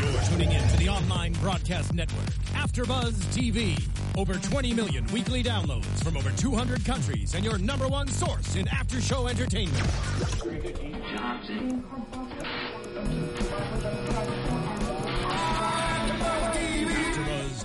You're tuning in to the online broadcast network, AfterBuzz TV. Over 20 million weekly downloads from over 200 countries and your number one source in after-show entertainment. AfterBuzz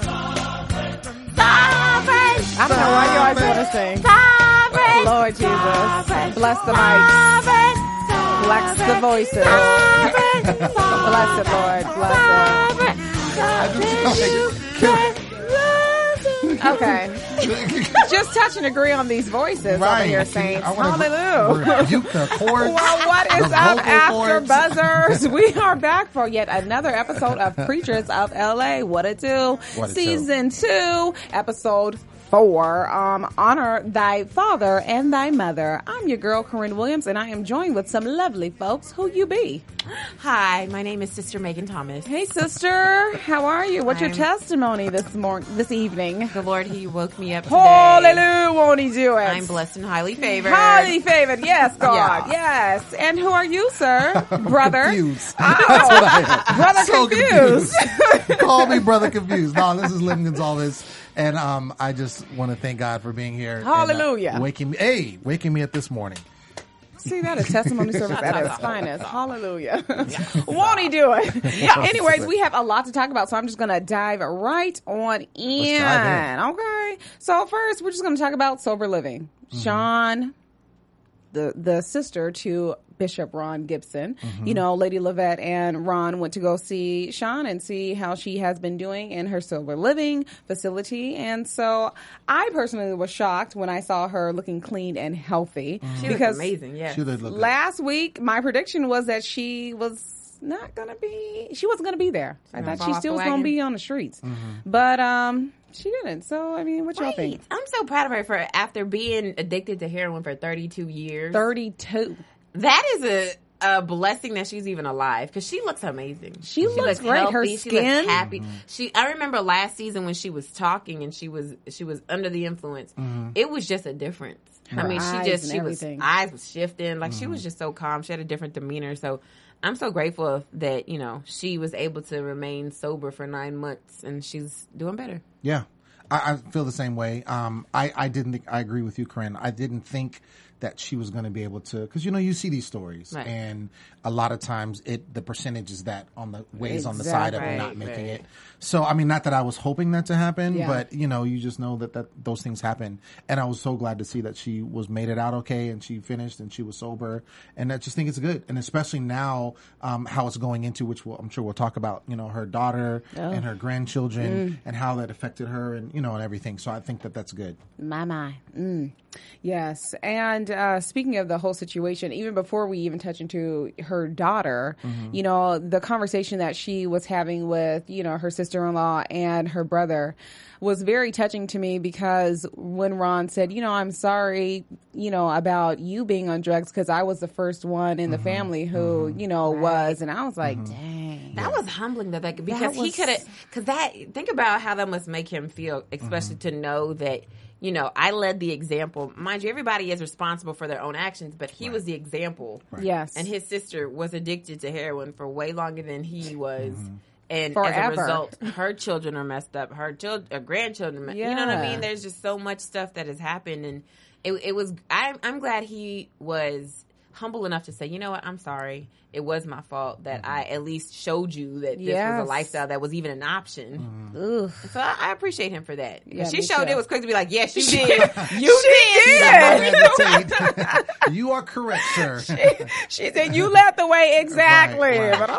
I don't know why you always want to sing. Lord Jesus, bless the mics, bless the voices. Bless it, Lord, bless it. Okay, just touch and agree on these voices over here, saints. Hallelujah. Rebuke the courts. Well, what is the up, vocal after cords. buzzers? We are back for yet another episode of Preachers of LA. What it do? What it do. Season two, episode four. Um, honor thy father and thy mother. I'm your girl, Corinne Williams, and I am joined with some lovely folks. Who you be? Hi, my name is Sister Megan Thomas. Hey, sister. How are you? What's your I'm- testimony this morning, this evening? The Lord, He woke me up today. Hallelujah! Won't he do it? I'm blessed and highly favored. Highly favored, yes, God, Yeah. yes. And who are you, sir, brother? Confused. Oh, brother So confused. Call me brother confused. No, this is Lynn Gonzalez, and um, I just want to thank God for being here. and, uh, Hallelujah. waking me, hey, waking me up this morning. See that is testimony service at its finest. Hallelujah. Won't he do it? Anyways, we have a lot to talk about, so I'm just gonna dive right on in. dive Okay. So first, we're just gonna talk about sober living. Mm-hmm. Sean, the the sister to Bishop Ron Gibson, Mm-hmm. you know, Lady Lavette and Ron went to go see Sean and see how she has been doing in her sober living facility. And so I personally was shocked when I saw her looking clean and healthy Mm. She looked because amazing. Yeah. She did look good. last week my prediction was that she was not gonna be she wasn't gonna be there i thought Mm-hmm. fall she off still the was gonna wagon? Mm-hmm. be on the streets but um she didn't so i mean what y'all Right. think I'm so proud of her for after being addicted to heroin for 32 years. 32 That is a a blessing that she's even alive because she looks amazing. She looks great. Her she skin. looks happy. She. I remember last season when she was talking and she was she was under the influence. It was just a difference. I mean, eyes she just and she was everything. eyes was shifting. Like she was just so calm. She had a different demeanor. So. I'm so grateful that you know she was able to remain sober for nine months, and she's doing better. Yeah, I, I feel the same way. Um, I, I didn't. Think, I agree with you, Corinne. I didn't think that she was going to be able to because you know you see these stories Right. and a lot of times it the percentage is that on the weighs on the side of Exactly. not making Right. it. So I mean, not that I was hoping that to happen, Yeah. but you know, you just know that that those things happen. And I was so glad to see that she was made it out okay and she finished and she was sober. And I just think it's good, and especially now um, how it's going into which we'll, I'm sure we'll talk about. You know, her daughter Oh. and her Mm. grandchildren and how that affected her and you know and everything. So I think that that's good. my my mm. yes and uh, speaking of the whole situation even before we even touch into her daughter you know the conversation that she was having with you know her sister-in-law and her brother was very touching to me because when ron said you know i'm sorry you know about you being on drugs because i was the first one in the family who you know was and i was like dang That was humbling that, that because he was- could have because that think about how that must make him feel, especially to know that you know I led the example. Mind you, everybody is responsible for their own actions, but he was the example. yes And his sister was addicted to heroin for way longer than he was. And as Forever. a result, her children are messed up. Her children, grandchildren, me- you know what I Yeah. mean? There's just so much stuff that has happened, and it, it was. I'm, I'm glad he was humble enough to say, you know what, I'm sorry. It was my fault that I at least showed you that this was Yes. a lifestyle that was even an option. Ugh. So I, I appreciate him for that. Yeah, she me showed too. it was quick to be like, yes, you did. you did. did. you are correct, sir. She said, "You led the way exactly." Right, right. But I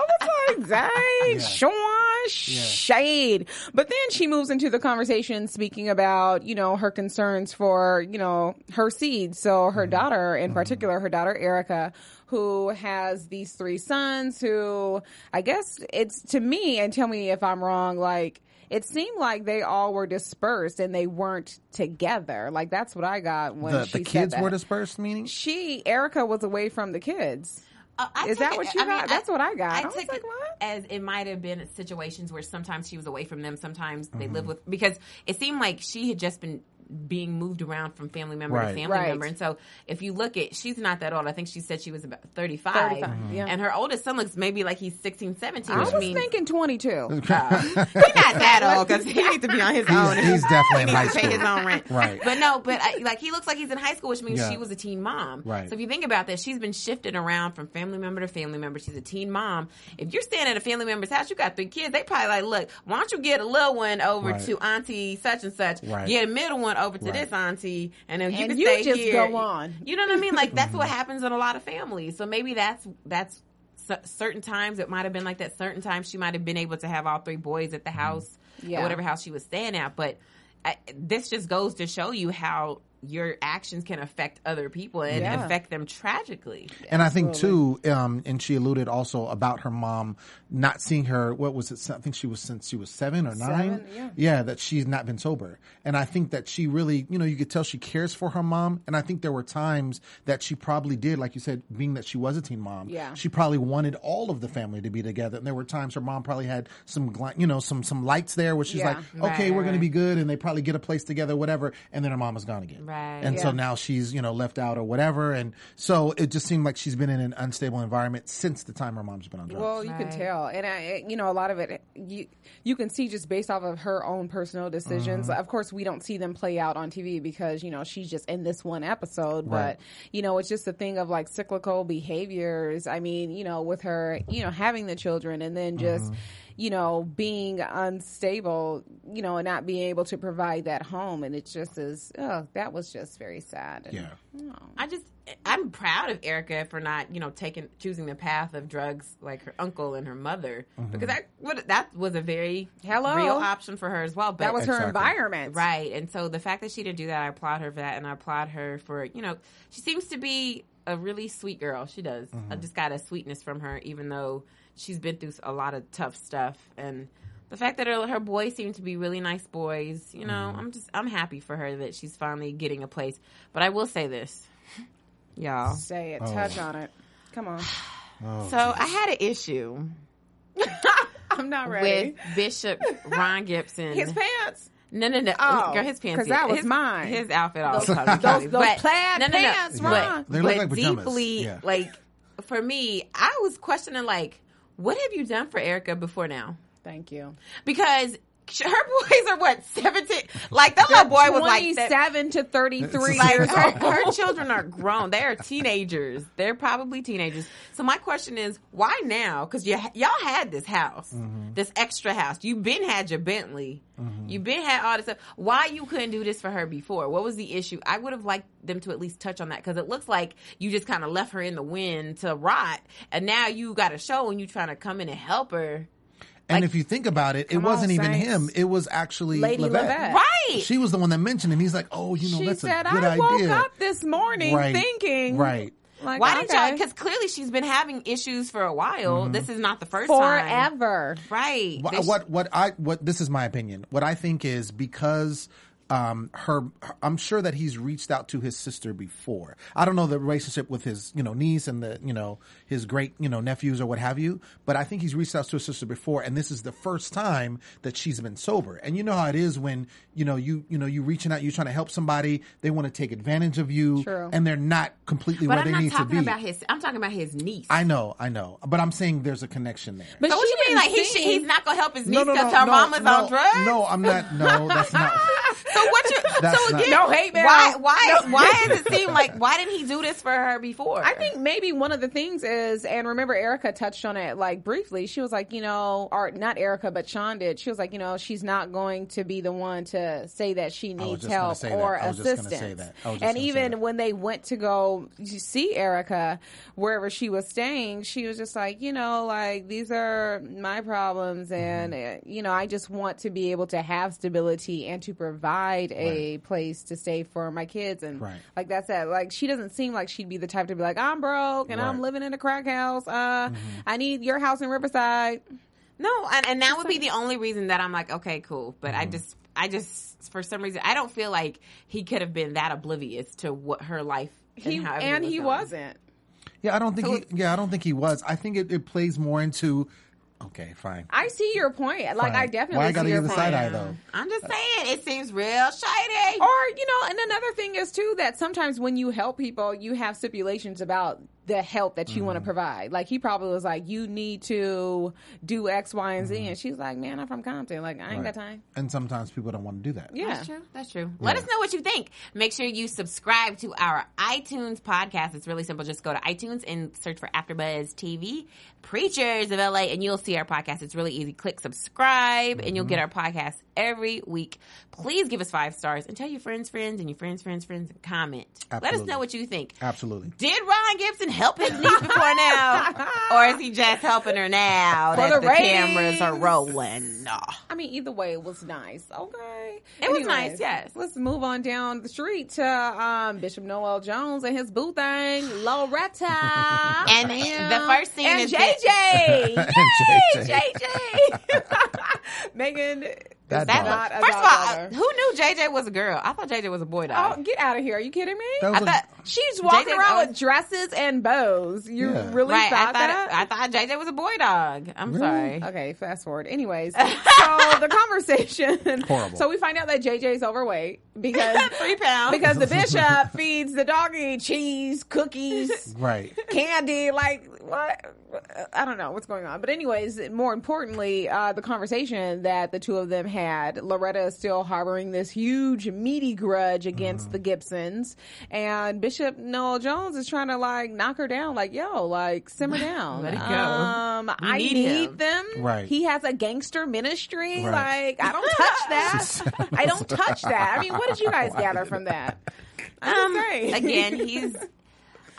was like, "Dang, Sean Shade." But then she moves into the conversation, speaking about you know her concerns for you know her seed. So Mm-hmm. her daughter, in particular, her daughter Erica, who has these three sons. Who I guess it's to me, and tell me if I'm wrong. Like it seemed like they all were dispersed and they weren't together. Like that's what I got when The, she the said kids that. were dispersed, meaning? she Erica was away from the kids. Uh, I Is took that it- what you got? That's what I got. I was took like, it what? As it might have been situations where sometimes she was away from them, sometimes they Mm-hmm. lived with because it seemed like she had just been being moved around from family member Right. to family Right. member. And so if you look at she's not that old. I think she said she was about 35. 35, Mm-hmm. yeah. And her oldest son looks maybe like he's 16, 17, I which was means thinking 22. he's not that old because he needs to be on his own. he's, he's definitely in high pay his school. own rent. Right. But no, but I, like he looks like he's in high school, which means Yeah. she was a teen mom. Right. So if you think about that, she's been shifted around from family member to family member. She's a teen mom. If you're staying at a family member's house, you got three kids. They probably like, look, why don't you get a little one over Right. to auntie such and such, Right. get a middle one over to Right. this auntie, and then you And can you stay just here. go on. You know what I mean? Like that's Mm-hmm. what happens in a lot of families. So maybe that's that's. c- Certain times it might have been like that. Certain times she might have been able to have all three boys at the house, Mm-hmm. Yeah. or whatever house she was staying at. But I, this just goes to show you how your actions can affect other people and Yeah. affect them tragically. And I think too, um, and she alluded also about her mom not seeing her. What was it? I think she was since she was seven or nine. yeah. that she's not been sober. And I think that she really, you know, you could tell she cares for her mom. And I think there were times that she probably did, like you said, being that she was a teen mom. Yeah. she probably wanted all of the family to be together. And there were times her mom probably had some, gla- you know, some some lights there where she's Yeah. like, okay, Right, we're going to right. be good, and they probably get a place together, whatever. And then her mom is gone again. Right. And so Yeah. now she's you know left out or whatever and so it just seemed like she's been in an unstable environment since the time her mom's been on drugs Well, you can Right. tell, and I, you know, a lot of it you you can see just based off of her own personal decisions. Mm-hmm. Of course, we don't see them play out on TV because you know she's just in this one episode. Right. But you know, it's just a thing of like cyclical behaviors. I mean, you know, with her, you know, having the children and then just. Mm-hmm. You know, being unstable, you know, and not being able to provide that home. And it just is, oh, that was just very sad. And- yeah I just, I'm proud of Erica for not, you know, taking, choosing the path of drugs like her uncle and her mother because that, would, that was a very Mm-hmm. Hello. real option for her as well. But That was her Exactly. environment. Right. And so the fact that she didn't do that, I applaud her for that. And I applaud her for, you know, she seems to be a really sweet girl. She does. Mm-hmm. I just got a sweetness from her, even though she's been through a lot of tough stuff. And the fact that her, her boys seem to be really nice boys, you know, Mm-hmm. I'm just, I'm happy for her that she's finally getting a place. But I will say this, y'all. Say it, Oh. touch on it. Come on. Oh, so I had an issue I'm not ready. with Bishop Ron Gibson. His pants. No, no, no. Oh, Girl, his pants. 'cause that was his, mine. His outfit all Those- colored those- colors. those But- plaid pants, but- Ron. They look but like pajamas. deeply, Yeah. like for me, I was questioning, like, what have you done for Erica before now? Thank you. Because her boys are what seventeen. Like that little boy was like that- twenty-seven to thirty-three Like, years her, old. her children are grown. They are teenagers. They're probably teenagers. So my question is, why now? Because you, y'all had this house, Mm-hmm. this extra house. You've been had your Bentley. You've been had all this stuff. Why you couldn't do this for her before? What was the issue? I would have liked them to at least touch on that because it looks like you just kind of left her in the wind to rot, and now you got a show and you trying to come in and help her. and if you think about it it come wasn't on, even Saints. him it was actually Lady Levette. Levette. Right. she was the one that mentioned him he's like oh you know she that's said, a good "I woke idea up this morning right thinking, right like, Why didn't y'all? okay, Because clearly she's been having issues for a while. This is not the first time. forever? Right. Mm-hmm. Wha- This- what, what I what this is my opinion. What I think is because um her, her- I'm sure that he's reached out to his sister before. I don't know the relationship with his you know niece and the you know his great you know nephews or what have you, but I think he's reached out to his sister before, and this is the first time that she's been sober. And you know how it is when you know you you know you reaching out, you trying to help somebody, they want to take advantage of you, True. and they're not completely But where I'm they not need to talking be. about his. I'm talking about his niece. I know, I know, but I'm saying there's a connection there. But so what she you mean? didn't Like he should, see- he's not gonna help his niece because her mama's no, on drugs. No, I'm not. No, that's not. So what you? That's so not- again, No hate mail. Why? Why? Why does it seem like? Why didn't he do this for her before? I think maybe one of the things is, and remember Erica touched on it like briefly. She was like, you know, or not Erica, but Sean did. She was like, you know, she's not going to be the one to say that she was needs just gonna help say that. or I was just gonna assistance. say that. I was just And gonna say even that. when they went to go to see Erica wherever she was staying, she was just like, you know, like these are my problems, Mm-hmm. and uh, you know, I just want to be able to have stability and to provide a place to stay for my kids and Right. like that's that. Like she doesn't seem like she'd be the type to be like, I'm broke and I'm Right. Mm-hmm. living in a crack house. Uh, I need your house in Riverside. No, and, and that would be the only reason that I'm like, okay, cool. But Mm-hmm. I just, I just, for some reason, I don't feel like he could have been that oblivious to what her life He and, how everything and he going. wasn't. Yeah, I don't think he. Yeah, I don't think he was. I think it, it plays more into. Okay, fine. I see your point. Like Fine. I definitely Why I see gotta your give the point. side eye though? I'm just saying, it seems real shady. Or you know, and another thing is too that sometimes when you help people, you have stipulations about the help that you want to Mm-hmm. provide. Like he probably was like, "You need to do X, Y, and Mm-hmm. Z," and she's like, "Man, I'm from Compton. Like I ain't got time." And sometimes people don't want to do that. Yeah. That's true. That's true. Let us know what you think. Make sure you subscribe to our iTunes podcast. It's really simple. Just go to iTunes and search for AfterBuzz TV Preachers of LA, and you'll see our podcast. It's really easy. Click subscribe, and you'll get Mm-hmm. our podcast every week. Please give us five stars and tell your friends, friends, and your friends, friends, friends, and comment. Let us Absolutely. know what you think. Absolutely. Did Ron Gibson help his niece before now, or is he just helping her now the that the, cameras are ratings. rolling? Nah. I mean, either way, it was nice. Okay, It was nice, yes. Let's move on down the street to um, Bishop Noel Jones and his boo thing, Loretta, And the first scene and is that- JJ. And Yay, JJ. JJ. Megan, That that dog. not a First of all, goddaughter. who knew JJ was a girl? I thought JJ was a boy Oh, dog. get out of here! Are you kidding me? That I was a- thought She's walking JJ's around always- with dresses and bows. You Yeah. really right. thought, I that? thought I thought JJ was a boy dog. I'm sorry. Okay, fast forward. Anyways, so the conversation. Horrible. So we find out that JJ's overweight because Three pounds. because the bishop feeds the doggy cheese, cookies, right. candy. Like what? I don't know what's going on. But anyways, more importantly, uh, the conversation that the two of them had. Loretta is still harboring this huge meaty grudge against the Gibsons, and Bishop Noel Jones is trying to like knock her down. Like yo, like simmer down. Let it go. Um, We I need need, him. them. Right. He has a gangster ministry. Right. Like I don't touch that. I don't touch that. I mean, what did you guys gather from that? I'm Um, just saying. again, he's.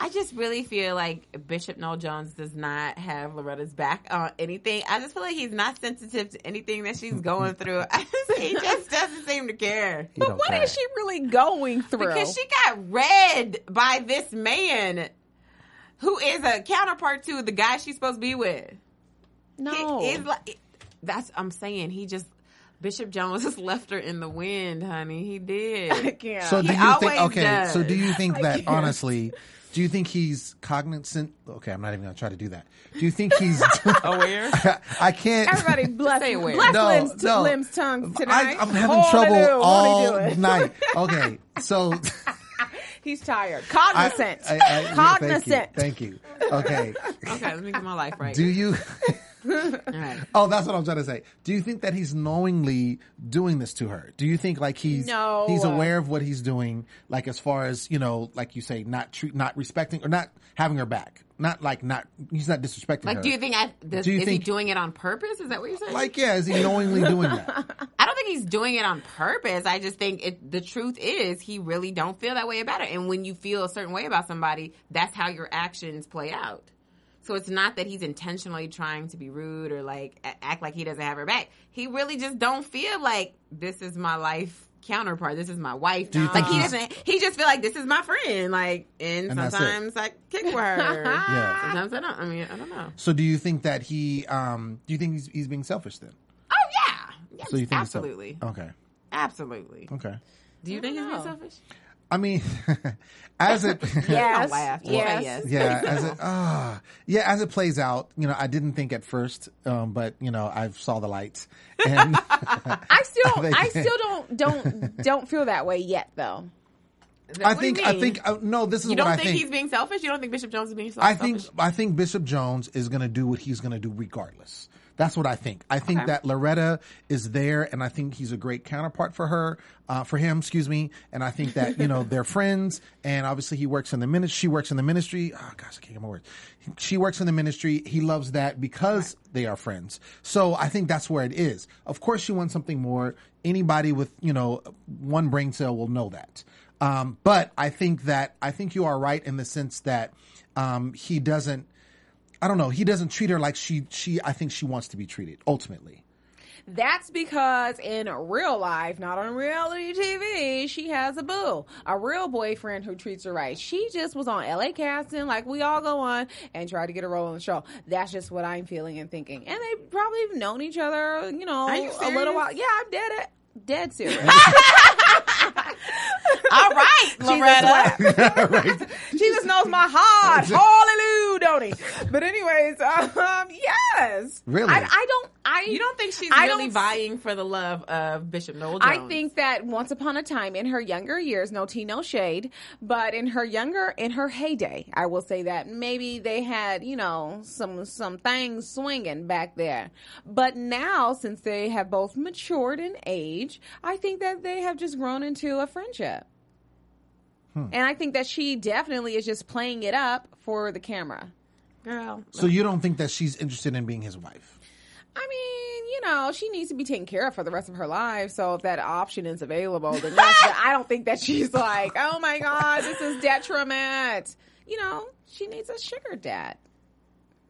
I just really feel like Bishop Noel Jones does not have Loretta's back on anything. I just feel like he's not sensitive to anything that she's going through. I just, he just doesn't seem to care. He But don't what care. is she really going through? Because she got read by this man who is a counterpart to the guy she's supposed to be with. no. He is like that's I'm saying he just Bishop Jones just left her in the wind, honey. He I did. can't. So do He you think? always Okay. So does. do you think I that can't. honestly? Do you think he's cognizant? Okay, I'm not even gonna try to do that. Do you think he's? Aware? I can't. Everybody bless, Say it weird. bless No, limbs, no. limbs tongues I, tonight. I'm having Hallelujah. trouble all Won't he do it? night. Okay, so He's tired. I- Cognizant. I- I- yeah, Cognizant. Thank you. Thank you. Okay. Okay, let me get my life right. Do you? All right. Oh, that's what I'm trying to say. Do you think that he's knowingly doing this to her? Do you think like he's No. he's aware of what he's doing? Like as far as you know, like you say, not treat, not respecting or not having her back. Not like not he's not disrespecting Like her. do you think I does, Do you is think- he doing it on purpose? Is that what you're saying? Like yeah, is he knowingly doing that? I don't think he's doing it on purpose. I just think it, the truth is he really don't feel that way about it. And when you feel a certain way about somebody, that's how your actions play out. So it's not that he's intentionally trying to be rude or like a- act like he doesn't have her back. He really just don't feel like this is my life counterpart. This is my wife. you like think he he's- doesn't. He just feel like this is my friend. Like and, And that's it. sometimes I kick with her. Yeah. Sometimes I don't. I mean, I don't know. So do you think that he? um Do you think he's he's being selfish then? Oh yeah. Yes, So you think he's self- absolutely, Okay. absolutely. Okay. Do you think he's being know. selfish? I mean, as it Yes. laugh. Just say Yes. yes. yeah, as it ah, yeah, as it plays out, you know, I didn't think at first, um, but you know, I saw the lights, and I still, think- I still don't, don't, don't feel that way yet, though. I What do you think, I mean? think, uh, no, this is You what don't I think, think. he's being selfish? You don't think Bishop Jones is being selfish? I think, I think Bishop Jones is going to do what he's going to do regardless. That's what I think. I think that Loretta is there, and I think he's a great counterpart for her, uh, for him, excuse me. And I think that you know they're friends, and obviously he works in the ministry. She works in the ministry. Oh gosh, I can't get my words. She works in the ministry. He loves that because they are friends. So I think that's where it is. Of course, she wants something more. Anybody with you know one brain cell will know that. Um, but I think that I think you are right in the sense that um, he doesn't. I don't know. He doesn't treat her like she she. I think she wants to be treated ultimately. That's because in real life, not on reality TV, she has a boo, a real boyfriend who treats her right. She just was on LA casting, like we all go on, and try to get a role on the show. That's just what I'm feeling and thinking. And they probably have known each other, you know, Are you a little serious? while. Yeah, I'm dead. At, dead serious. All right, Jesus Loretta. right? she just knows my heart. Hallelujah, don't he? But anyways, um, yes. Really? I, I don't. I You don't think she's I really don't- vying for the love of Bishop Noel Jones? I think that once upon a time in her younger years, no tea, no shade, but in her younger, in her heyday, I will say that maybe they had, you know, some, some things swinging back there. But now, since they have both matured in age, I think that they have just grown into a friendship. And I think that she definitely is just playing it up for the camera. girl. So you don't think that she's interested in being his wife? I mean, you know, she needs to be taken care of for the rest of her life. So if that option is available, then yes, but I don't think that she's like, oh my God, this is detriment. You know, she needs a sugar dad.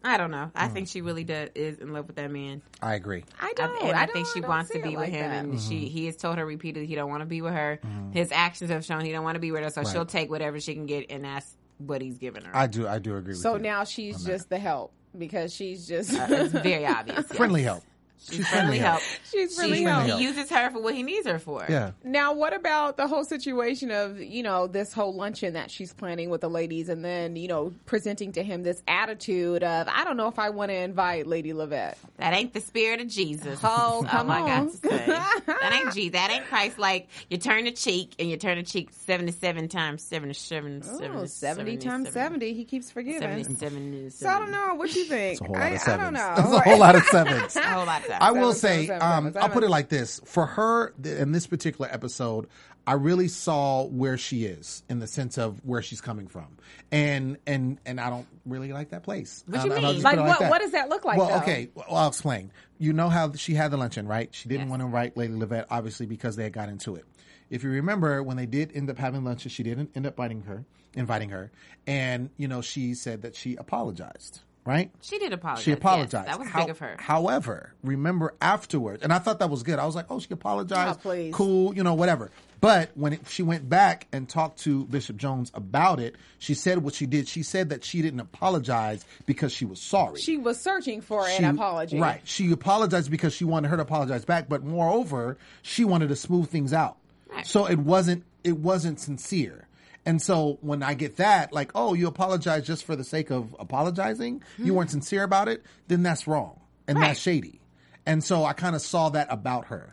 I don't know. Mm. I think she really does is in love with that man. I agree. I I- don't. I, and I, don't- think I she don't wants see to it be like with him, that. and Mm-hmm. she he has told her repeatedly he don't want to be with her. His actions have shown he don't want to be with her, so she'll take whatever she can get, and that's what he's giving her. I do. I do agree. So with you. now she's just the help because she's just it's very obvious. yes. friendly help. She's friendly help. she's really She- help. friendly He uses her for what he needs her for. Yeah. Now, what about the whole situation of, you know, this whole luncheon that she's planning with the ladies and then, you know, presenting to him this attitude of, I don't know if I want to invite Lady Levette. That ain't the spirit of Jesus. Oh, That's come all I on. got to say. that ain't Jesus. That ain't Christ. Like you turn the cheek and you turn the cheek seventy-seven times seventy-seven. Oh, 70 times 70. He keeps forgiving. Seventy-seven. So I don't know what you think. A whole lot I, of I don't know. sevens. That's a whole lot of sevens. A whole lot of times. I will Sevens, say, sevens, um, sevens, I'll put it sevens. like this: for her th- in this particular episode, I really saw where she is in the sense of where she's coming from, and and and I don't really like that place. What Um, you and mean? I'll just Like, put it what- what does that look like, Well, though? okay, well, I'll explain. You know how she had the luncheon, right? She didn't Yes. want to invite Lady Levette, obviously, because they had got into it. If you remember, when they did end up having luncheon, she didn't end up inviting her, inviting her, and you know she said that she apologized, right? She did apologize. She Yes, apologized. that was How- big of her. However, remember afterwards, and I thought that was good. I was like, oh, she apologized. Oh, please. Cool, you know, whatever. But when it, she went back and talked to Bishop Jones about it, she said what she did. She said that she didn't apologize because she was sorry. She was searching for She- an apology. Right. She apologized because she wanted her to apologize back, but moreover, she wanted to smooth things out. Right. So it wasn't it wasn't sincere. And so when I get that, like, oh, you apologize just for the sake of apologizing, you weren't sincere about it, then that's wrong. And Hmm. Right. that's shady. And so I kind of saw that about her.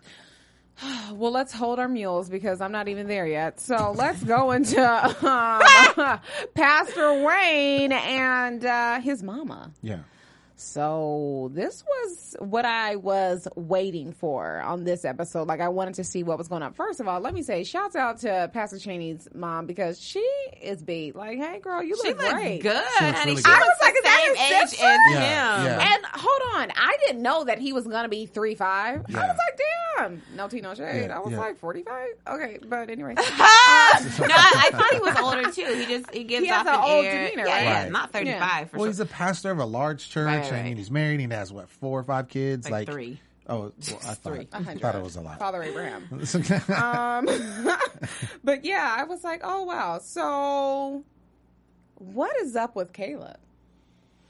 Well, let's hold our mules because I'm not even there yet. So let's go into um, Pastor Wayne and uh, his mama. Yeah. So this was what I was waiting for on this episode. Like I wanted to see what was going on. First of all, let me say shouts out to Pastor Cheney's mom because she is beat. Like, hey girl, you She look looked great. good, looked honey. really She good. I was was like, is the that same his age as sister? him. Yeah, yeah. And hold on, I didn't know that he was gonna be three five. I was like, damn, no tea, no shade. Yeah, I was yeah. like forty five. Okay, but anyway, no, I, I thought he was older too. He just he gives He has off an an old air. demeanor, yeah, right? yeah, Right. not thirty-five for Well, sure. he's a pastor of a large church, Right, right, and right. he's married, and he has what four or five kids, Like like three. Oh, well, I thought, Three. I thought it was a lot. Father Abraham. Um, but yeah, I was like, oh wow. So, what is up with Caleb?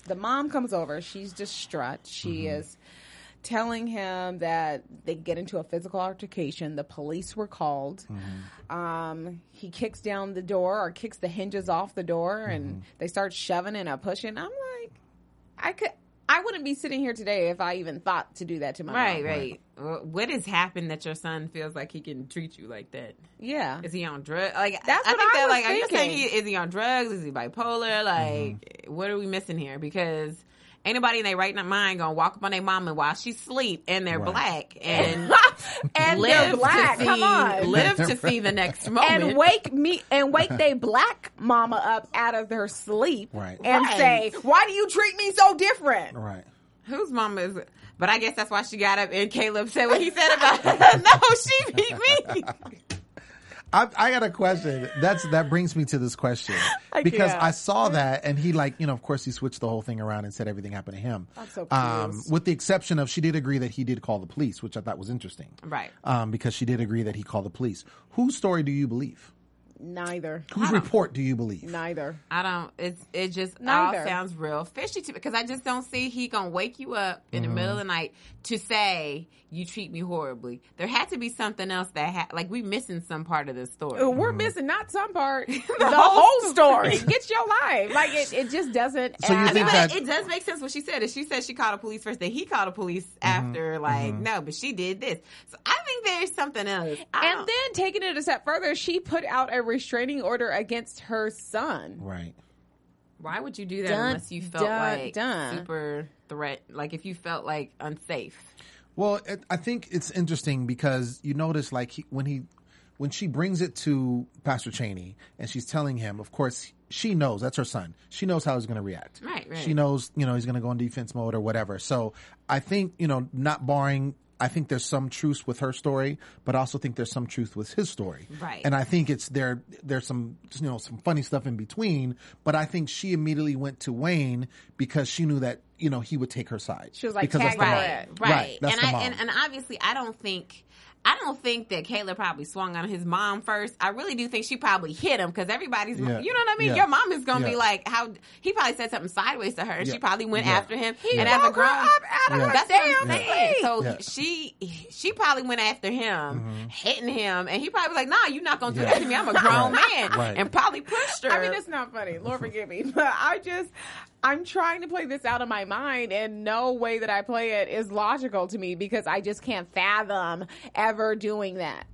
The mom comes over. She's distraught. She Mm-hmm. is telling him that they get into a physical altercation. The police were called. Mm-hmm. Um, he kicks down the door or kicks the hinges off the door, Mm-hmm. and they start shoving and uh, pushing. I'm like, I could. I wouldn't be sitting here today if I even thought to do that to my mom. Right, right. Well, What has happened that your son feels like he can treat you like that? Yeah. Is he on drugs? Like That's I what think I that was like are you saying thinking. he, is he on drugs? Is he bipolar? Like what are we missing here? Because ain't nobody in their right mind gonna walk up on their mama while she sleep and they're Right. black and and live they're black. To see, Come on. live to see the next moment. and wake me and wake they black mama up out of her sleep Right. and Right. say, "Why do you treat me so different?" right. Whose mama is it? But I guess that's why she got up and Caleb said what he said about no, she beat me. I, I got a question. That's that brings me to this question I because can't. I saw that and he like you know of course he switched the whole thing around and said everything happened to him. Um, I'm so confused. with the exception of she did agree that he did call the police, which I thought was interesting. Right. Um, because she did agree that he called the police. Whose story do you believe? Neither. Whose report do you believe? Neither. I don't. It's it just Neither. all sounds real fishy to me because I just don't see he gonna wake you up in the middle of the night to say you treat me horribly. There had to be something else that ha- like we missing some part of the story. Mm-hmm. We're missing not some part, the, whole whole story. Get your life. Like it, it just doesn't. So you add think up. But that- it does make sense what she said. If she said she called the police first, then he called the police after. Like no, but she did this. So I think there's something else. I And don't- then taking it a step further, she put out a restraining order against her son. Right. why would you do that Dun, unless you felt dun, like dun. super threat? Like if you felt like unsafe. Well, it, I think it's interesting because you notice like he, when he, when she brings it to Pastor Cheney and she's telling him, of course she knows that's her son. She knows how he's going to react. Right, right. She knows, you know, he's going to go in defense mode or whatever. So I think, you know, not barring, I think there's some truth with her story, but I also think there's some truth with his story. Right. And I think it's there, there's some, you know, some funny stuff in between, but I think she immediately went to Wayne because she knew that, you know, he would take her side. She was like, because that's tag the my mom. head. right, right. that's and the I mom. and, and obviously I don't think I don't think that Caleb probably swung on his mom first. I really do think she probably hit him because everybody's Yeah. you know what I mean. Yeah. Your mom is gonna Yeah. be like how he probably said something sideways to her and Yeah. she probably went Yeah. after him. He "Oh, and woke her up out of her that's what damn I'm saying. sleep. So Yeah. Mm-hmm. she she probably went after him, hitting him, and he probably was like, "Nah, you're not gonna do Yeah. that to me. I'm a grown Right. man," Right. and probably pushed her. I mean, it's not funny. Lord forgive me, but I just I'm trying to play this out of my mind, and no way that I play it is logical to me because I just can't fathom ever doing that.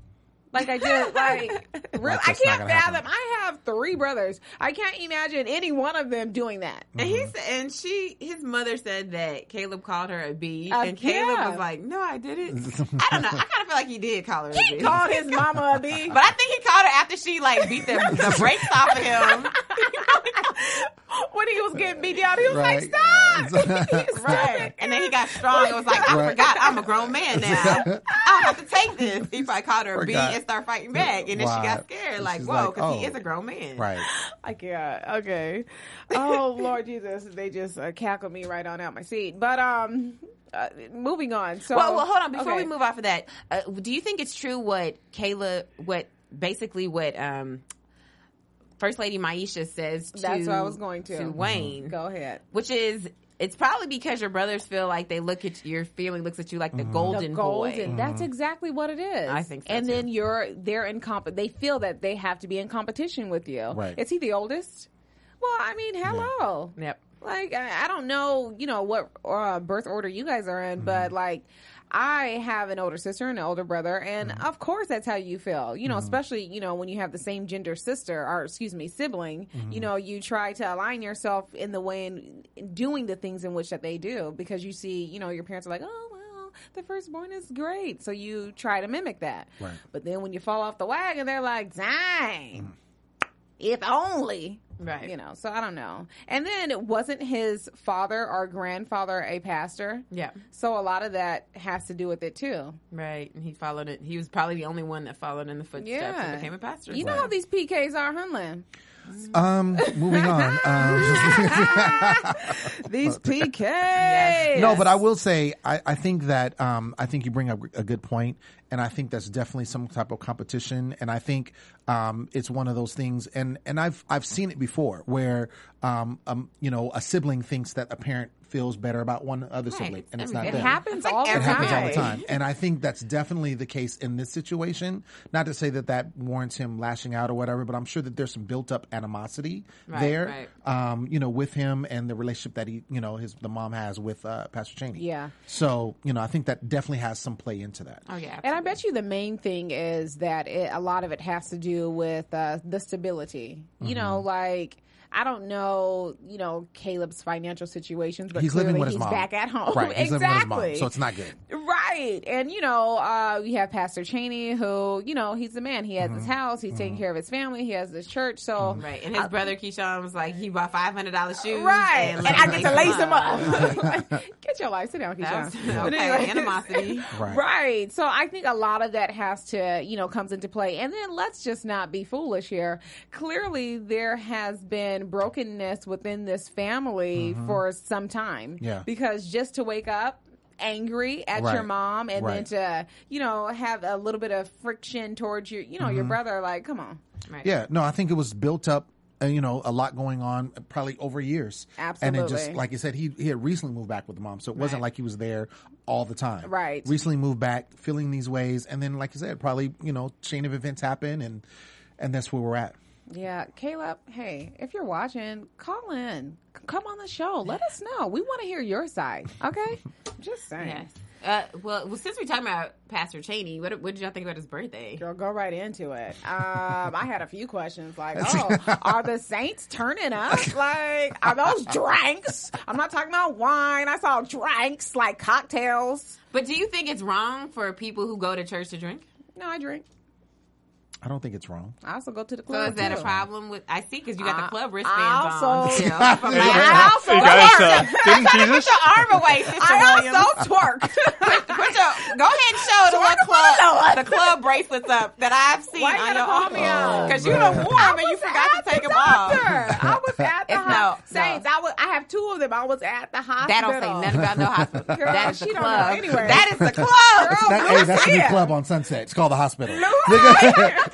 Like I just like really, I that's not can't gonna happen. fathom. I have three brothers. I can't imagine any one of them doing that. And Mm-hmm. he said, and she, his mother said that Caleb called her a bee, Uh, and Caleb yeah. was like, "No, I didn't." I don't know. I kind of feel like he did call her. a He bee. called his mama a bee. but I think he called her after she like beat the, the brakes off of him. when he was getting beat down, he was like, Right. "Stop!" Right. And then he got strong and was like, I Right. forgot I'm a grown man now. I don't have to take this. He probably called her a bee Forgot. and started fighting back. And then she Wow. got scared, like, She's whoa, like, because he oh. is a grown man. right. I can't. Okay. Oh Lord Jesus, they just uh, cackled me right on out my seat. But um, uh, moving on. So Well, well, hold on. Before okay. we move off of that, uh, do you think it's true what Kayla, what basically what um, First Lady Maisha says? To, That's what I was going to. Mm-hmm. Wayne, go ahead. which is it's probably because your brothers feel like they look at your feeling looks at you like the golden boy. That's exactly what it is. I think so, And too. then you're they're in comp. They feel that they have to be in competition with you. Right. Is he the oldest? Well, I mean, hello. Yep. Like I, I don't know, you know what uh, birth order you guys are in, but like I have an older sister and an older brother, and of course that's how you feel. You know, especially you know when you have the same gender sister or excuse me sibling. You know, you try to align yourself in the way in, in doing the things in which that they do because you see, you know, your parents are like, oh well, the firstborn is great, so you try to mimic that. Right. But then when you fall off the wagon, they're like, dang, if only Right. you know so i don't know and then wasn't his father or grandfather a pastor Yeah. so a lot of that has to do with it too Right. And he followed it. He was probably the only one that followed in the footsteps Yeah. and became a pastor. you know how these pks are hunland Um, moving on. Um, these pks no, but I will say, I, I think that, um, I think you bring up a good point, and I think that's definitely some type of competition, and I think, um, it's one of those things, and, and I've, I've seen it before where, um, um, you know, a sibling thinks that a parent feels better about one other sibling, and it's not Everything. it them. happens all the It It happens all the time time. And I think that's definitely the case in this situation. Not to say that that warrants him lashing out or whatever, but I'm sure that there's some built up animosity Right, there, Um, you know, with him and the relationship that he, you know, his, the mom has with, uh, Pastor Cheney. Yeah. So, you know, I think that definitely has some play into that. Oh, yeah. and i bet you the main thing is that it, a lot of it has to do with uh, the stability you know Mm-hmm. like I don't know, you know, Caleb's financial situations, but He's clearly living with his he's mom. back at home. Right. He's exactly. living with his mom. So it's not good. Right. Right. And, you know, uh, we have Pastor Cheney, who, you know, he's the man. He has his house. He's taking care of his family. He has this church. So, Right. And his brother Keyshawn was like, he bought five hundred dollars shoes. Uh, Right. And I get to lace them Like, up. Get your life. Sit down, that's- Keyshawn. But okay, anyways. animosity. Right. Right. So I think a lot of that has to, you know, comes into play. And then let's just not be foolish here. Clearly, there has been brokenness within this family for some time. Mm-hmm. Yeah. Because just to wake up angry at Right. your mom and Right. then to, you know, have a little bit of friction towards your, you know, Mm-hmm. your brother, like, come on. Right. Yeah, no, I think it was built up. uh, You know, a lot going on, uh, probably over years. and it just Absolutely. like you said, he he had recently moved back with the mom, so it wasn't Right. like he was there all the time. Right. recently moved back, feeling these ways, and then like you said, probably you know chain of events happen, and and that's where we're at. Yeah, Caleb, hey, if you're watching, call in. C- Come on the show. Let us know. We want to hear your side, okay? Just saying. Yes. Uh, well, well, since we're talking about Pastor Cheney, what, what did y'all think about his birthday? Girl, go right into it. Um, I had a few questions like, oh, are the Saints turning up? Like, are those drinks? I'm not talking about wine. I saw drinks, like cocktails. But do you think it's wrong for people who go to church to drink? No, I drink. I don't think it's wrong. I also go to the So club. is that a too. problem with? I see because you got Oh, I- the club I wristbands on. also- Still, from Yeah. last- also You guys, uh, twerk. didn't Put Jesus? your arm away, Sister I Williams. also twerk. Put your- go ahead and show the little club, the club bracelets up that I've seen Why you on gotta your call arm. me Oh, out? Because you done wore I them and you was forgot at to take the them off. doctor. I was at the It's hospital. no, no. Saints, I was. I have two of them. I was at the That hospital. don't say nothing about no hospital. Girl, that is the she don't club. know anyway. That is the club. Girl, That, hey, that's the new Lucia. club on Sunset. It's called the hospital. Lucia.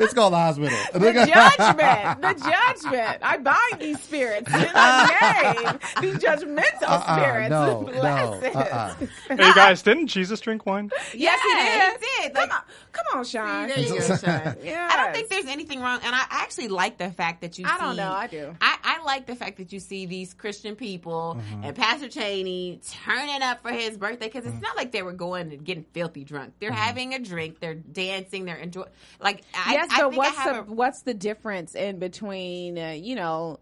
it's called the hospital. uh, The judgment, the judgment. I bind these spirits in the name. These judgmental Uh-uh, spirits. no, no, Bless it. uh-uh. Hey, guys, didn't Jesus drink wine? Yes, Yeah, he did. He did. Like, come on, come on, Sean. There you go, Sean. Yes. I don't think there's anything wrong, and I actually like the fact that you. I don't see- know, I do. I, I like the fact that you see these Christian people and Pastor Cheney turning up for his birthday because it's not like they were going and getting filthy drunk. They're having a drink. They're dancing. They're enjoying. Like I, yes, I but think I what's have the a- what's the difference in between uh, you know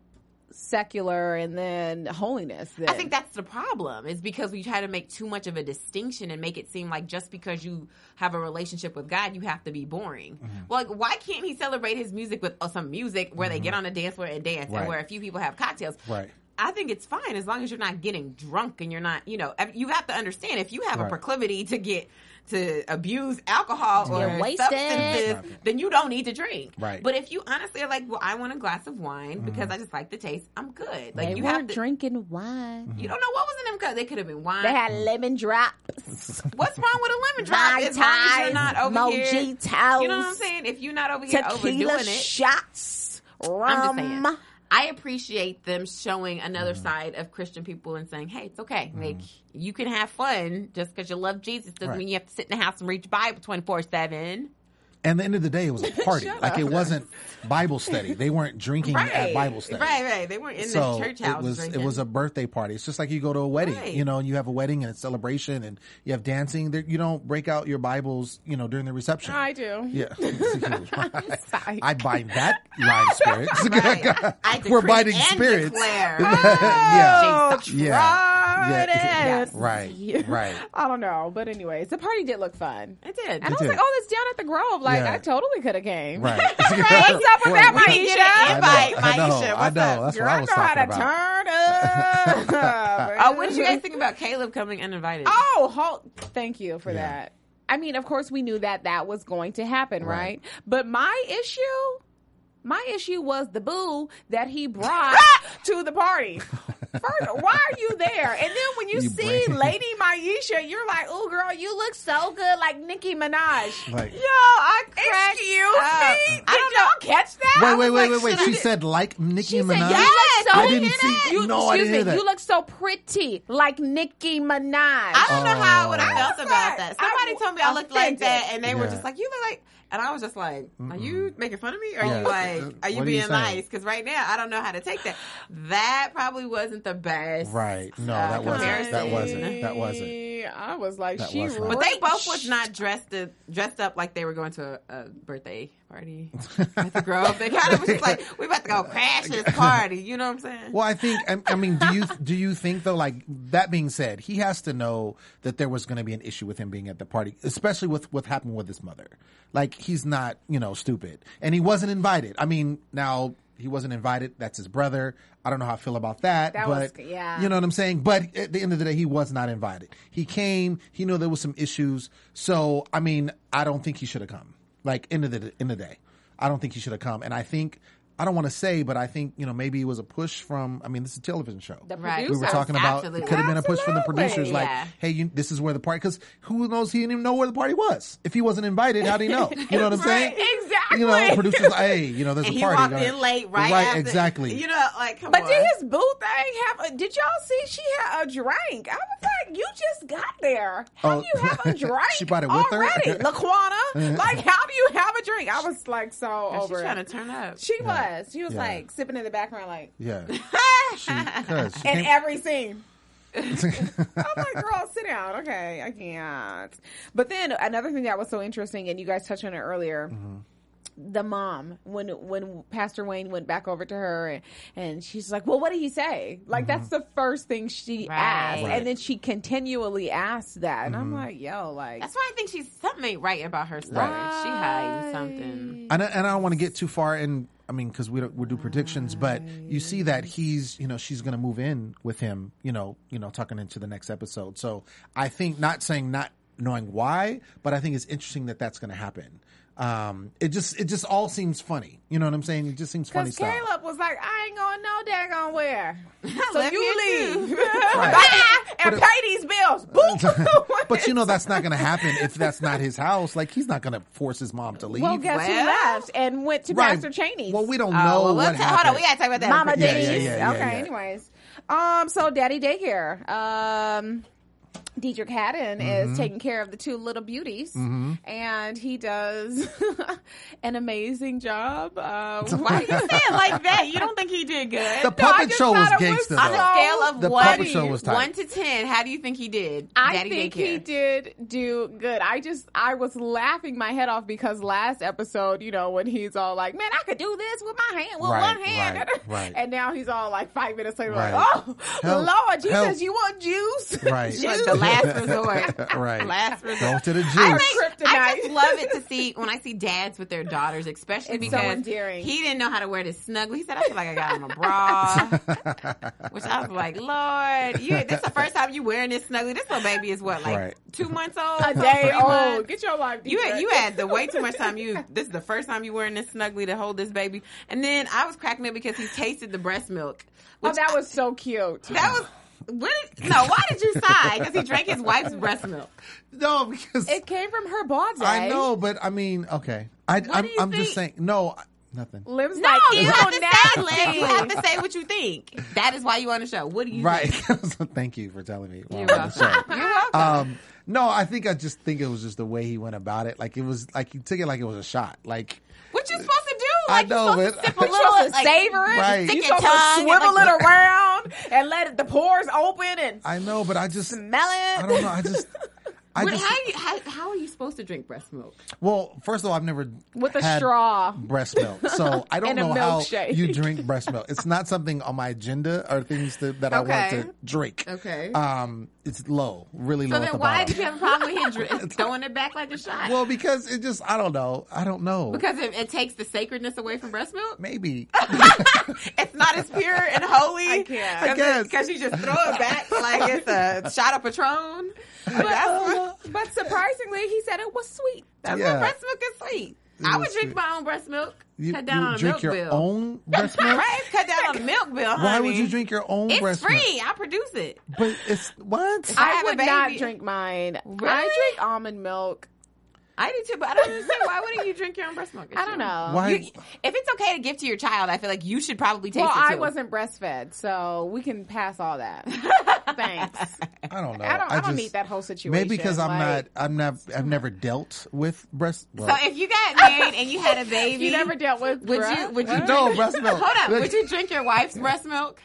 secular and then holiness? Then? I think that's the problem. Is because we try to make too much of a distinction and make it seem like just because you have a relationship with God, you have to be boring. Well, like, why can't he celebrate his music with uh, some music where they get on a dance floor and dance, Right. and where a few people have cocktails? Right. I think it's fine as long as you're not getting drunk and you're not, you know, you have to understand if you have Right. a proclivity to get to abuse alcohol or Get wasted. substances, then you don't need to drink. Right. But if you honestly are like, well, I want a glass of wine because I just like the taste, I'm good. Like they you weren't have to Mm-hmm. drinking wine. you don't know what was in them cups. They could have been wine. They had lemon drops, What's wrong with a lemon drop? Mai As long as Tais, you're not over here. mojitos, You know what I'm saying? If you're not over here tequila overdoing it, shots, rum. I'm just saying. I appreciate them showing another Mm. side of Christian people and saying, "Hey, it's okay. Like you can have fun just because you love Jesus doesn't Right. mean you have to sit in the house and read your Bible 24 seven. And the end of the day, it was a party. like it wasn't Bible study. They weren't drinking at Bible study. Right, right. They weren't in so the church house. it was drinking. it was a birthday party. It's just like you go to a wedding, Right. you know, and you have a wedding and a celebration, and you have dancing. There, you don't break out your Bibles, you know, during the reception. I do. Yeah, Psych. I bind that line spirits. Right. I We're decree biting and spirits. declare. yeah, Oh, Jesus. yeah, tried yeah, it. right, Yeah. right. I don't know, but anyways, the party did look fun. I did. And I was did. like, oh, that's down at the Grove. Like, Yeah. I totally could have came. Right. What's up with that, Right. Maisha? We did it. I know, Invite, I know, Maisha. I What's know. up? That's Girl, what I I was know how to talking about. turn up. Oh, what did you guys think about Caleb coming uninvited? Oh, halt. Thank you for Yeah. that. I mean, of course, we knew that that was going to happen, Right. right? But my issue, my issue was the boo that he brought to the party. First, why are you there? And then when you, You see bring- Lady Maisha, you're like, "Oh, girl, you look so good, like Nicki Minaj." Like- Yo, I cracked Excuse up. me? Did y'all catch that? I Wait, was wait, wait, like, wait, wait. should She I- said like Nicki she said, Minaj. "Yes, I so didn't in see- it. You- no, I excuse didn't hear me, that. You look so pretty, like Nicki Minaj." I don't know how Oh. what I felt about that. I- Somebody told me I looked like that, offended. and they were Yeah. Mm-hmm. just like, "You look like," and I was just like, "Are you making fun of me? Or are Yeah. you like, are you What are you being saying? nice? Because right now I don't know how to take that." that probably wasn't the best. Right. No, Uh, that wasn't. That comparison. wasn't. That wasn't. I was like, That she. was not. But they both was rich. not dressed up, dressed up like they were going to a, a birthday party at the Grove. They kind of was just like, we about to go crash this party. You know what I'm saying? Well, I think. I, I mean, do you do you think though? Like that being said, he has to know that there was going to be an issue with him being at the party, especially with what happened with his mother. Like he's not, you know, stupid, and he wasn't invited. I mean, now he wasn't invited. That's his brother. I don't know how I feel about that, That was- but yeah. you know what I'm saying. But at the end of the day, he was not invited. He came. He knew there was some issues. So I mean, I don't think he should have come. Like end of the end of the day, I don't think he should have come. And I think I don't want to say, but I think you know maybe it was a push from. I mean, this is a television show. The Right. we were producers. talking about Absolutely. it could have been a push from the producers, like, Yeah. "Hey, you, this is where the party." Because who knows? He didn't even know where the party was. If he wasn't invited, how do you know? You know what I'm saying? Right, You know, exactly. producers, like, hey, you know, there's And a he party. walked going- in late, right? Right, after- exactly. You know, like, come But on. did his boo thing have? A, did y'all see she had a drink? I was like, you just got there. How Oh. do you have a drink? She brought it with her? Uh-huh. already? Laquana. like, how do you have a drink? I was like, so She's over. trying to It. turn up. She was. She was Yeah. like sipping in the background, like yeah, she, 'cause she in came- every scene. I'm like, girl, sit down. Okay, I can't. But then another thing that was so interesting, and you guys touched on it earlier. Mm-hmm. The mom, when when Pastor Wayne went back over to her, and, and she's like, "Well, what did he say?" Like that's Mm-hmm. the first thing she Right. asked, Right. and then she continually asked that, and Mm-hmm. I'm like, "Yo, like That's why I think she's something ain't right about her story. She hiding something. and I, and I don't want to get too far in. I mean, because we don't, we do predictions, but you see that he's you know she's going to move in with him. You know, you know, talking into the next episode. So I think not saying not knowing why, but I think it's interesting that that's going to happen. Um, it just it just all seems funny. You know what I'm saying? It just seems funny because stuff. Caleb was like, "I ain't going no daggone where, so left here you leave Right. Bye, and But it- pay these bills." Boop. but you know that's not going to happen if that's not his house. Like he's not going to force his mom to leave. Well, guess who Well- left and went to Pastor Cheney's? Well, we don't Oh, know what well, let's- hold on. happened. We got to talk about that. Mama Yeah, D's. yeah, yeah, okay, yeah, yeah. anyways. Um, so Daddy Daycare. Um Diedrich Haddon is taking care of the two little beauties, and he does an amazing job. Uh, Why you saying it like that? You don't think he did good? The No, I puppet just show was thought it gangster. so On though. a scale of The one, puppet show was tight. one to ten, how do you think he did? I Daddy think daycare. he did do good. I just I was laughing my head off because last episode, you know, when he's all like, "Man, I could do this with my hand, with Right, one hand," right, right. and now he's all like five minutes later, Right. like, "Oh Help, Lord, Jesus, help. you want juice?" Right. She was the last resort. Right. Last Go resort. to the juice. I, think, I just Kryptonite. love it to see when I see dads with their daughters, especially It's so because endearing. he didn't know how to wear this snuggle. He said, "I feel like I got on a bra," which I was like, "Lord, you, this is the first time you wearing this snuggle. This little baby is what, like Right. two months old, a day Three old. months? Get your life. You had, together. you had the way too much time. You this is the first time you wearing this snuggly to hold this baby, and then I was cracking up because he tasted the breast milk. Oh, Which that was so cute. that was when did, no. Why did you sigh? Because he drank his wife's breast milk. no, because It came from her body. I know, but I mean, okay. I, I'm, do you I'm just saying, think? no, I- nothing. Limbs Oh, No, like, you "Ew, have to say, nasty." Liz. You have to say what you think. That is why you on the show. What do you Right. think? So Thank you for telling me. You're Wow, I'm sorry. welcome. You're welcome. Um, no, I think I just think it was just the way he went about it. Like it was like he took it like it was a shot. Like what you supposed to do? I Like, know, you supposed but- to sip a You're You supposed little, to like, savor it. Right. stick You your supposed to tongue and, swivel like- it around and let it, the pores open and I know, but I just smell it. I don't know. I just I What- just how, you- how, how are you supposed to drink breast milk? well, first of all, I've never With a had straw. breast milk, so I don't And a know how milkshake. you drink breast milk. It's not something on my agenda or things that, that I want Okay. to drink. Okay. um, it's low, really low. So at the then, why bottom. did you have a problem with him dr- throwing it back like a shot? Well, because it just I don't know. I don't know. Because it, it takes the sacredness away from breast milk. Maybe. It's not as pure and holy. I can't. I guess. Because you just throw it back like it's a shot of Patron. That's, But surprisingly, he said it was sweet. that's Yeah. what breast milk is sweet. I would is drink sweet. my own breast milk. You, cut down you on a drink milk your bill. own breast milk? Right? Cut down on the milk bill, honey. Why would you drink your own It's breast free. milk? I produce it. But it's what? I I, have a would not baby. drink mine. Really? I drink almond milk. I do too, but I don't understand. Why wouldn't you drink your own breast milk? It's I don't your own. know. Why? You- if it's okay to give to your child, I feel like you should probably taste Well, it too. I wasn't breastfed, so we can pass all that. Thanks. I don't know. I don't. I, don't just- need that whole situation. Maybe because I'm Like, not, I'm not, I've never dealt with breast. Well, So if you got married and you had a baby, You never dealt with. Would breath? you? Would you? What? no breast milk. Hold up. Look, Would you drink your wife's breast milk?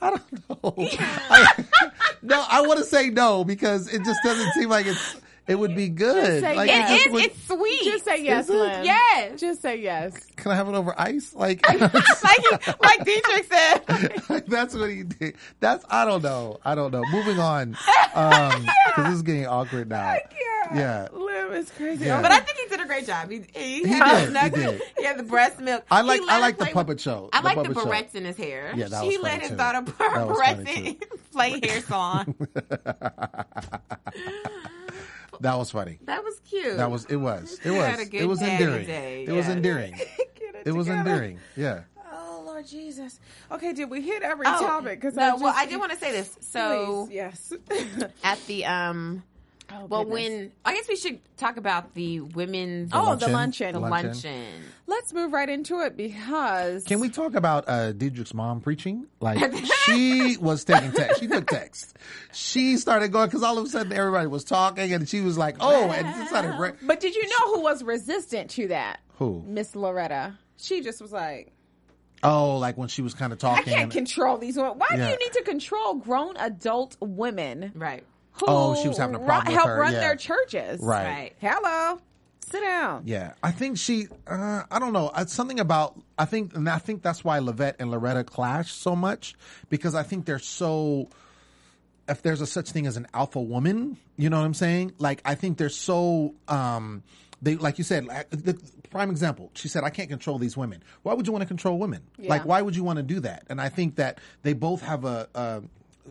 I don't know. I- no, I want to say no because it just doesn't seem like it's. It would be good. say Like, yes. just It is. would- It's sweet. Just say yes, Is it? Lynn. Yes. Just say yes. can I have it over ice? Like, like like Dietrich said. that's what he did. That's I don't know. I don't know. Moving on, because this is getting awkward now. Yeah, Lim is crazy. Yeah. Oh, But I think he did a great job. He, he, He had did, the he nuggets. did. He had the breast milk. I He like let I her like the play with- puppet show. I like the puppet show. barrettes in his hair. Yeah, that he was let funny, his too. daughter put her That was funny, barrettes in, play hair salon. That was funny. that was cute. That was it. Was it You was had a it good was daddy endearing. day, It was yes. endearing. get It was together. endearing. Yeah. Oh Lord Jesus. Okay, did we hit every Oh, topic? Because no, well, I did want to say this. So yes. at the um, oh, well, goodness. when I guess we should talk about the women's Oh, the luncheon. the luncheon. let's move right into it because Can we talk about uh Diedrich's mom preaching? Like she was taking text. She took text. She started going because all of a sudden everybody was talking and she was like, "Oh," and it sounded great. But did you know who was resistant to that? Who? Miss Loretta. She just was like, Oh, like when she was kind of I talking. can't control these women. Why do Yeah. you need to control grown adult women Right. who Oh, she was having a problem ru- with help her, run yeah. their churches? Right. Right. Hello. Sit down. Yeah, I think she. Uh, I don't know. It's something about. I think, and I think that's why Lavette and Loretta clash so much because I think they're so. If there's a such thing as an alpha woman, you know what I'm saying? Like I think they're so. um they like you said. like, The prime example, she said, "I can't control these women. Why would you want to control women? Like why would you want to do that?" And I think that they both have a. a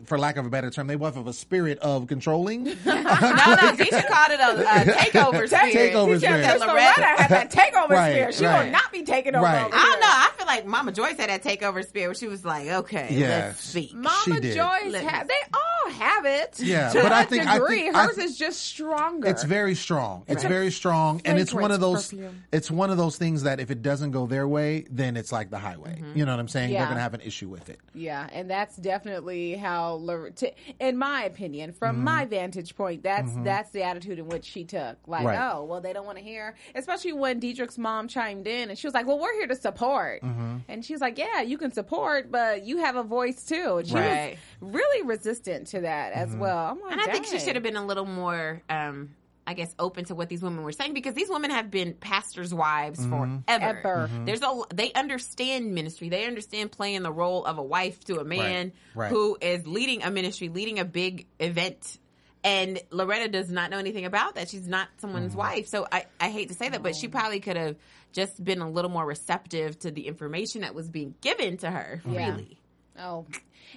for lack of a better term, they both have a spirit of controlling. No, no, Tisha called it a, a takeover spirit. Takeover She said spirit. that Miss Loretta Loretta. had that takeover Right, spirit. She will right. not be taken over. Right. over I don't here. know. I feel like Mama Joyce had that takeover spirit where she was like, okay, Yeah. let's speak. Mama She did. Joyce Let- had. They all have it. Yeah, to but a I think- I degree. think- I hers th- is just stronger. It's very strong. It's very strong, and it's one of Fragrance, those. perfume. It's one of those things that if it doesn't go their way, then it's like the highway. You know what I'm saying? Mm-hmm. Yeah. They're gonna have an issue with it. yeah, and that's definitely how, Lor- t- in my opinion, from my vantage point, that's that's the attitude in which she took. Like, Right. oh, well, they don't want to hear. Especially when Diedrich's mom chimed in and she was like, "Well, we're here to support," and she was like, "Yeah, you can support, but you have a voice too." And she Right. was really resistant to that as well. I'm like, And I think she Oh, "Dang." should have been a little more, um, I guess, open to what these women were saying because these women have been pastors' wives Mm-hmm. forever. Ever. Mhm. There's a they understand ministry. They understand playing the role of a wife to a man right. who is leading a ministry, leading a big event. And Loretta does not know anything about that. She's not someone's Mm-hmm. wife. So I, I hate to say that, but she probably could have just been a little more receptive to the information that was being given to her Yeah. freely. Oh,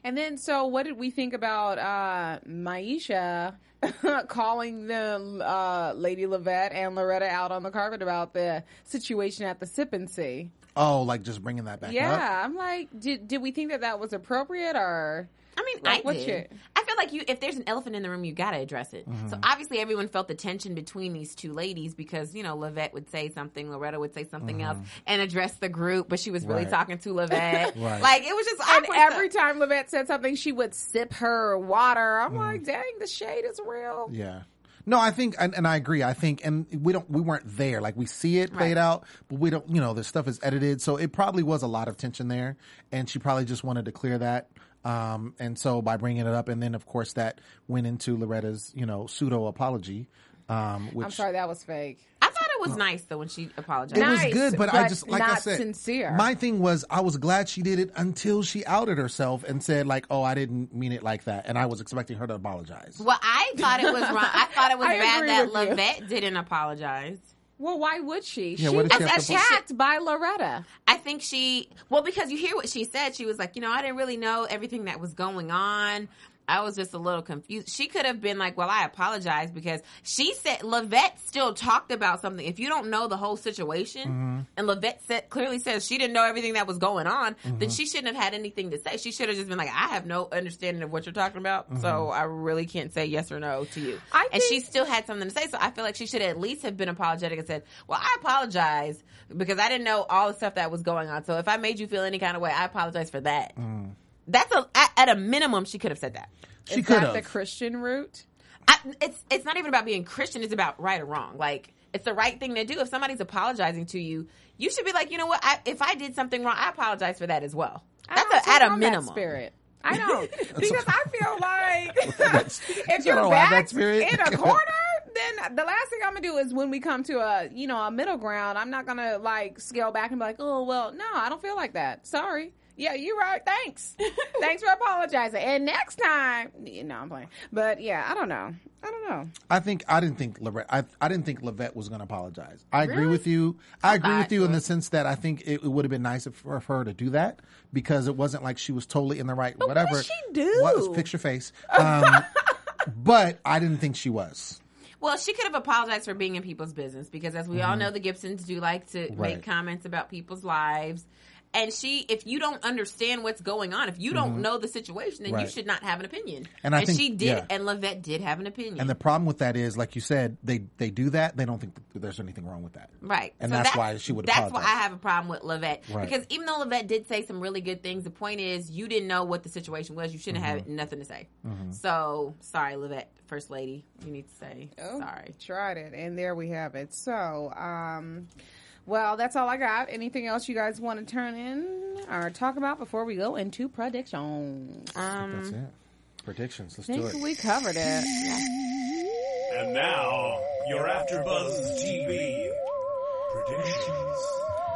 and then so what did we think about uh, Maisha calling the uh, Lady Levette and Loretta out on the carpet about the situation at the sip and see? Oh, like just bringing that back Yeah, up. I'm like, did did we think that that was appropriate or? I mean, Like, I what's did. your- Mm-hmm. I feel like you. If there's an elephant in the room, you gotta address it. So obviously, everyone felt the tension between these two ladies because you know Lavette would say something, Loretta would say something else, Mm-hmm. and address the group, but she was really Right. talking to Lavette. Right. Like it was just And awkward every stuff. time Levette said something, she would sip her water. I'm like, dang, the shade is real. Mm-hmm. Yeah. No, I think, and, and I agree. I think, and we don't, we weren't there. Like we see it played Right. out, but we don't. You know, the stuff is edited, so it probably was a lot of tension there, and she probably just wanted to clear that. Um, and so by bringing it up, and then of course that went into Loretta's, you know, pseudo apology. Um, which I'm sorry, that was fake. I thought it was nice though when she apologized. It Nice, was good, but, I but just like I not said, sincere. My thing was I was glad she did it until she outed herself and said like, "Oh, I didn't mean it like that," and I was expecting her to apologize. well, I thought it was wrong. I thought it was I bad agree that with you. Lavette didn't apologize. Well, why would she? Yeah, she what was did she have to- attacked by Loretta. I think she well because you hear what she said. She was like, you know, I didn't really know everything that was going on. I was just a little confused. She could have been like, "Well, I apologize because she said Lavette still talked about something. If you don't know the whole situation, and Lavette said, clearly says she didn't know everything that was going on, then she shouldn't have had anything to say. She should have just been like, "I have no understanding of what you're talking about, so I really can't say yes or no to you." I and she think- still had something to say. So I feel like she should at least have been apologetic and said, Well, I apologize because I didn't know all the stuff that was going on. So if I made you feel any kind of way, I apologize for that. That's a at, at a minimum she could have said that. She Is could that the have. Christian route? I, it's it's not even about being Christian. It's about right or wrong. Like it's the right thing to do. If somebody's apologizing to you, you should be like, you know what? I, if I did something wrong, I apologize for that as well. I don't That's a, take at a on that minimum. spirit. I don't because I feel like That's- if I you're don't have that back spirit. in a corner, then the last thing I'm gonna do is when we come to a you know a middle ground, I'm not gonna like scale back and be like, oh well, no, I don't feel like that. Sorry. Yeah, you're right. Thanks. Thanks for apologizing. And next time, no, I'm playing. But yeah, I don't know. I don't know. I think I didn't think Levette. I, I didn't think Levette was going to apologize. I agree with you. I agree with you in the sense that I think it, it would have been nice if- for her to do that because it wasn't like she was totally in the right. But whatever did she do? What was picture face? Um, but I didn't think she was. Well, she could have apologized for being in people's business because, as we all know, the Gibsons do like to Mm-hmm. Right. make comments about people's lives. And she, if you don't understand what's going on, if you don't know the situation, then you Mm-hmm. Right. should not have an opinion. And I think- she did, yeah. and Lavette did have an opinion. And the problem with that is, like you said, they they do that. They don't think that there's anything wrong with that. Right. And that's why she would That's apologize. why I have a problem with Levette. Right. Because even though Levette did say some really good things, the point is you didn't know what the situation was. You shouldn't have Mm-hmm. nothing to say. So sorry, Levette, first lady. You need to say Oh, sorry. Tried it, and there we have it. So, um, well, that's all I got. Anything else you guys want to turn in or talk about before we go into predictions? I That's it. Predictions. Let's do think it. we covered it. And now, your AfterBuzz TV predictions.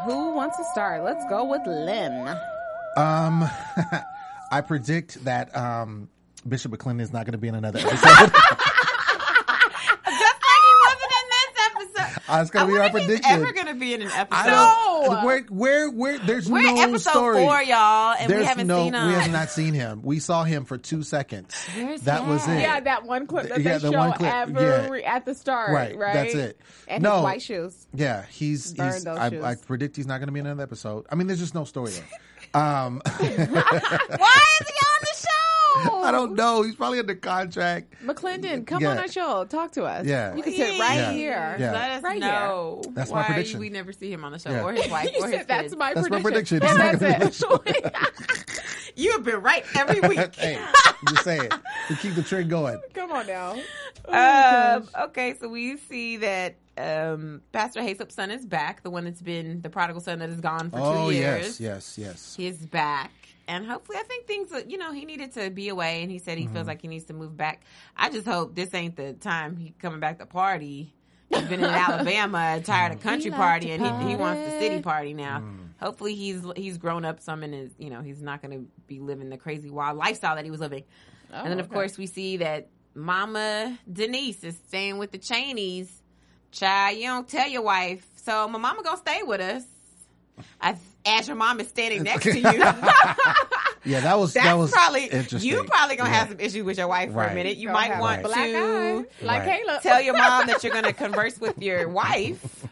Who wants to start? Let's go with Lim. Um, I predict that um, Bishop McClinton is not going to be in another episode. Just like he wasn't in this episode. That's gonna I be our wonder if he's prediction. ever going to be in an episode. I No! Where, where, where? There's We're no in episode story. four, y'all, and There's we haven't no, seen him. we have not seen him. We saw him for two seconds. Where's that was that? it. Yeah, that one clip that Yeah, they the show one clip. every at the start, right? Right, that's it. And No. his white shoes. Yeah, he's. Burn he's those I, shoes. I predict he's not going to be in another episode. I mean, there's just no story there. Um, Why is he on the show? I don't know. He's probably under contract. McClendon, come Yeah. on our show. Talk to us. Yeah. You can sit right Yeah. here. Yeah. Let us Right know That's my why prediction. we never see him on the show Yeah. or his wife He or his said, that's kids. my That's my prediction. prediction. He's not And gonna that's it. You have been right every week. Hey, I'm just saying, to keep the trend going. Come on now. Um, okay, so we see that um, Pastor Haysup's son is back, the one that's been the prodigal son that is gone for two Oh years. yes, yes, yes. He is back. And hopefully, I think things, are- you know, he needed to be away and he said he Mm-hmm. feels like he needs to move back. I just hope this ain't the time he coming back to party. He's been in Alabama, tired of country like party, to and he, he party. Mm. wants the city party now. Hopefully, he's he's grown up some and is, you know, he's not going to be living the crazy wild lifestyle that he was living Oh, and then, of course, we see that Mama Denise is staying with the Cheneys. Child, you don't tell your wife. So my mama gonna stay with us. I, as your mom is standing next to you, that's Yeah, that was that was probably interesting. you. Probably gonna Yeah. have some issues with your wife for a Right. minute. You Gonna might have want a to black eye, like Right. Caleb. tell your mom that you're going to converse with your wife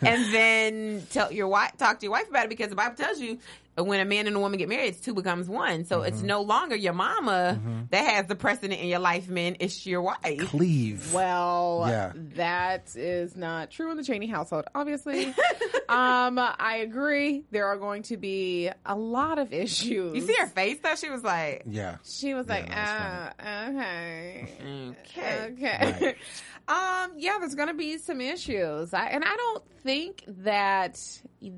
and then tell your wife talk to your wife about it because the bible tells you when a man and a woman get married it's two becomes one so Mm-hmm. it's no longer your mama that has the precedent in your life men it's your wife Cleave. Well, Yeah. that is not true in the Cheney household, obviously. um, I agree. There are going to be a lot of issues. you see her face though she was like Yeah. She was like, that uh, okay. okay Okay. um, yeah, there's gonna be some issues. I, and I don't think that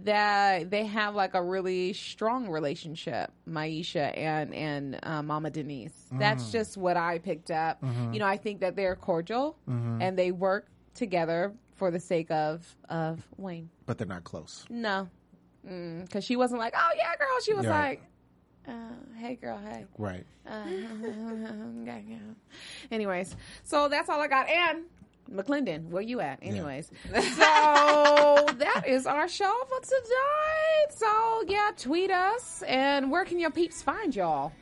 that they have like a really strong relationship, Maisha and and uh, Mama Denise. That's just what I picked up. You know, I think that they're cordial and they work together for the sake of of Wayne. But they're not close. No, because she wasn't like, oh yeah, girl. She was Yeah. like, uh, hey, girl, hey. Right. Uh, yeah, yeah. Anyways, so that's all I got. And McClendon, where you at? Anyways, so that is our show for today. So yeah, tweet us, and where can your peeps find y'all?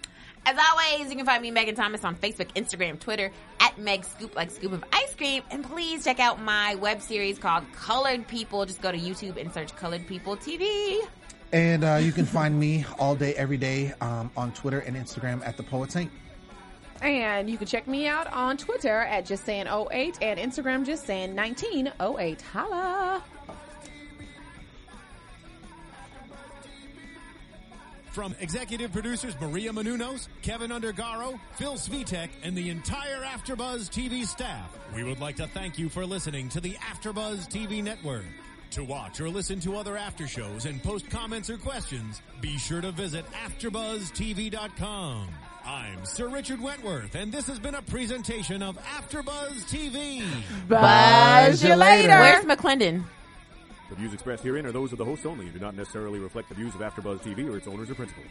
As always, you can find me, Megan Thomas, on Facebook, Instagram, Twitter, at Meg Scoop, like scoop of ice cream. And please check out my web series called Colored People. Just go to YouTube and search Colored People TV. And uh, you can find me all day, every day um, on Twitter and Instagram at the Poet Saint. And you can check me out on Twitter at just saying 08 and Instagram just saying 1908. Holla. From executive producers Maria Manunos, Kevin Undergaro, Phil Svitek, and the entire Afterbuzz TV staff, we would like to thank you for listening to the Afterbuzz TV network. To watch or listen to other after shows and post comments or questions, be sure to visit AfterbuzzTV.com. I'm Sir Richard Wentworth, and this has been a presentation of AfterBuzz TV. Buzz you later. Where's McClendon? The views expressed herein are those of the hosts only and do not necessarily reflect the views of AfterBuzz TV or its owners or principals.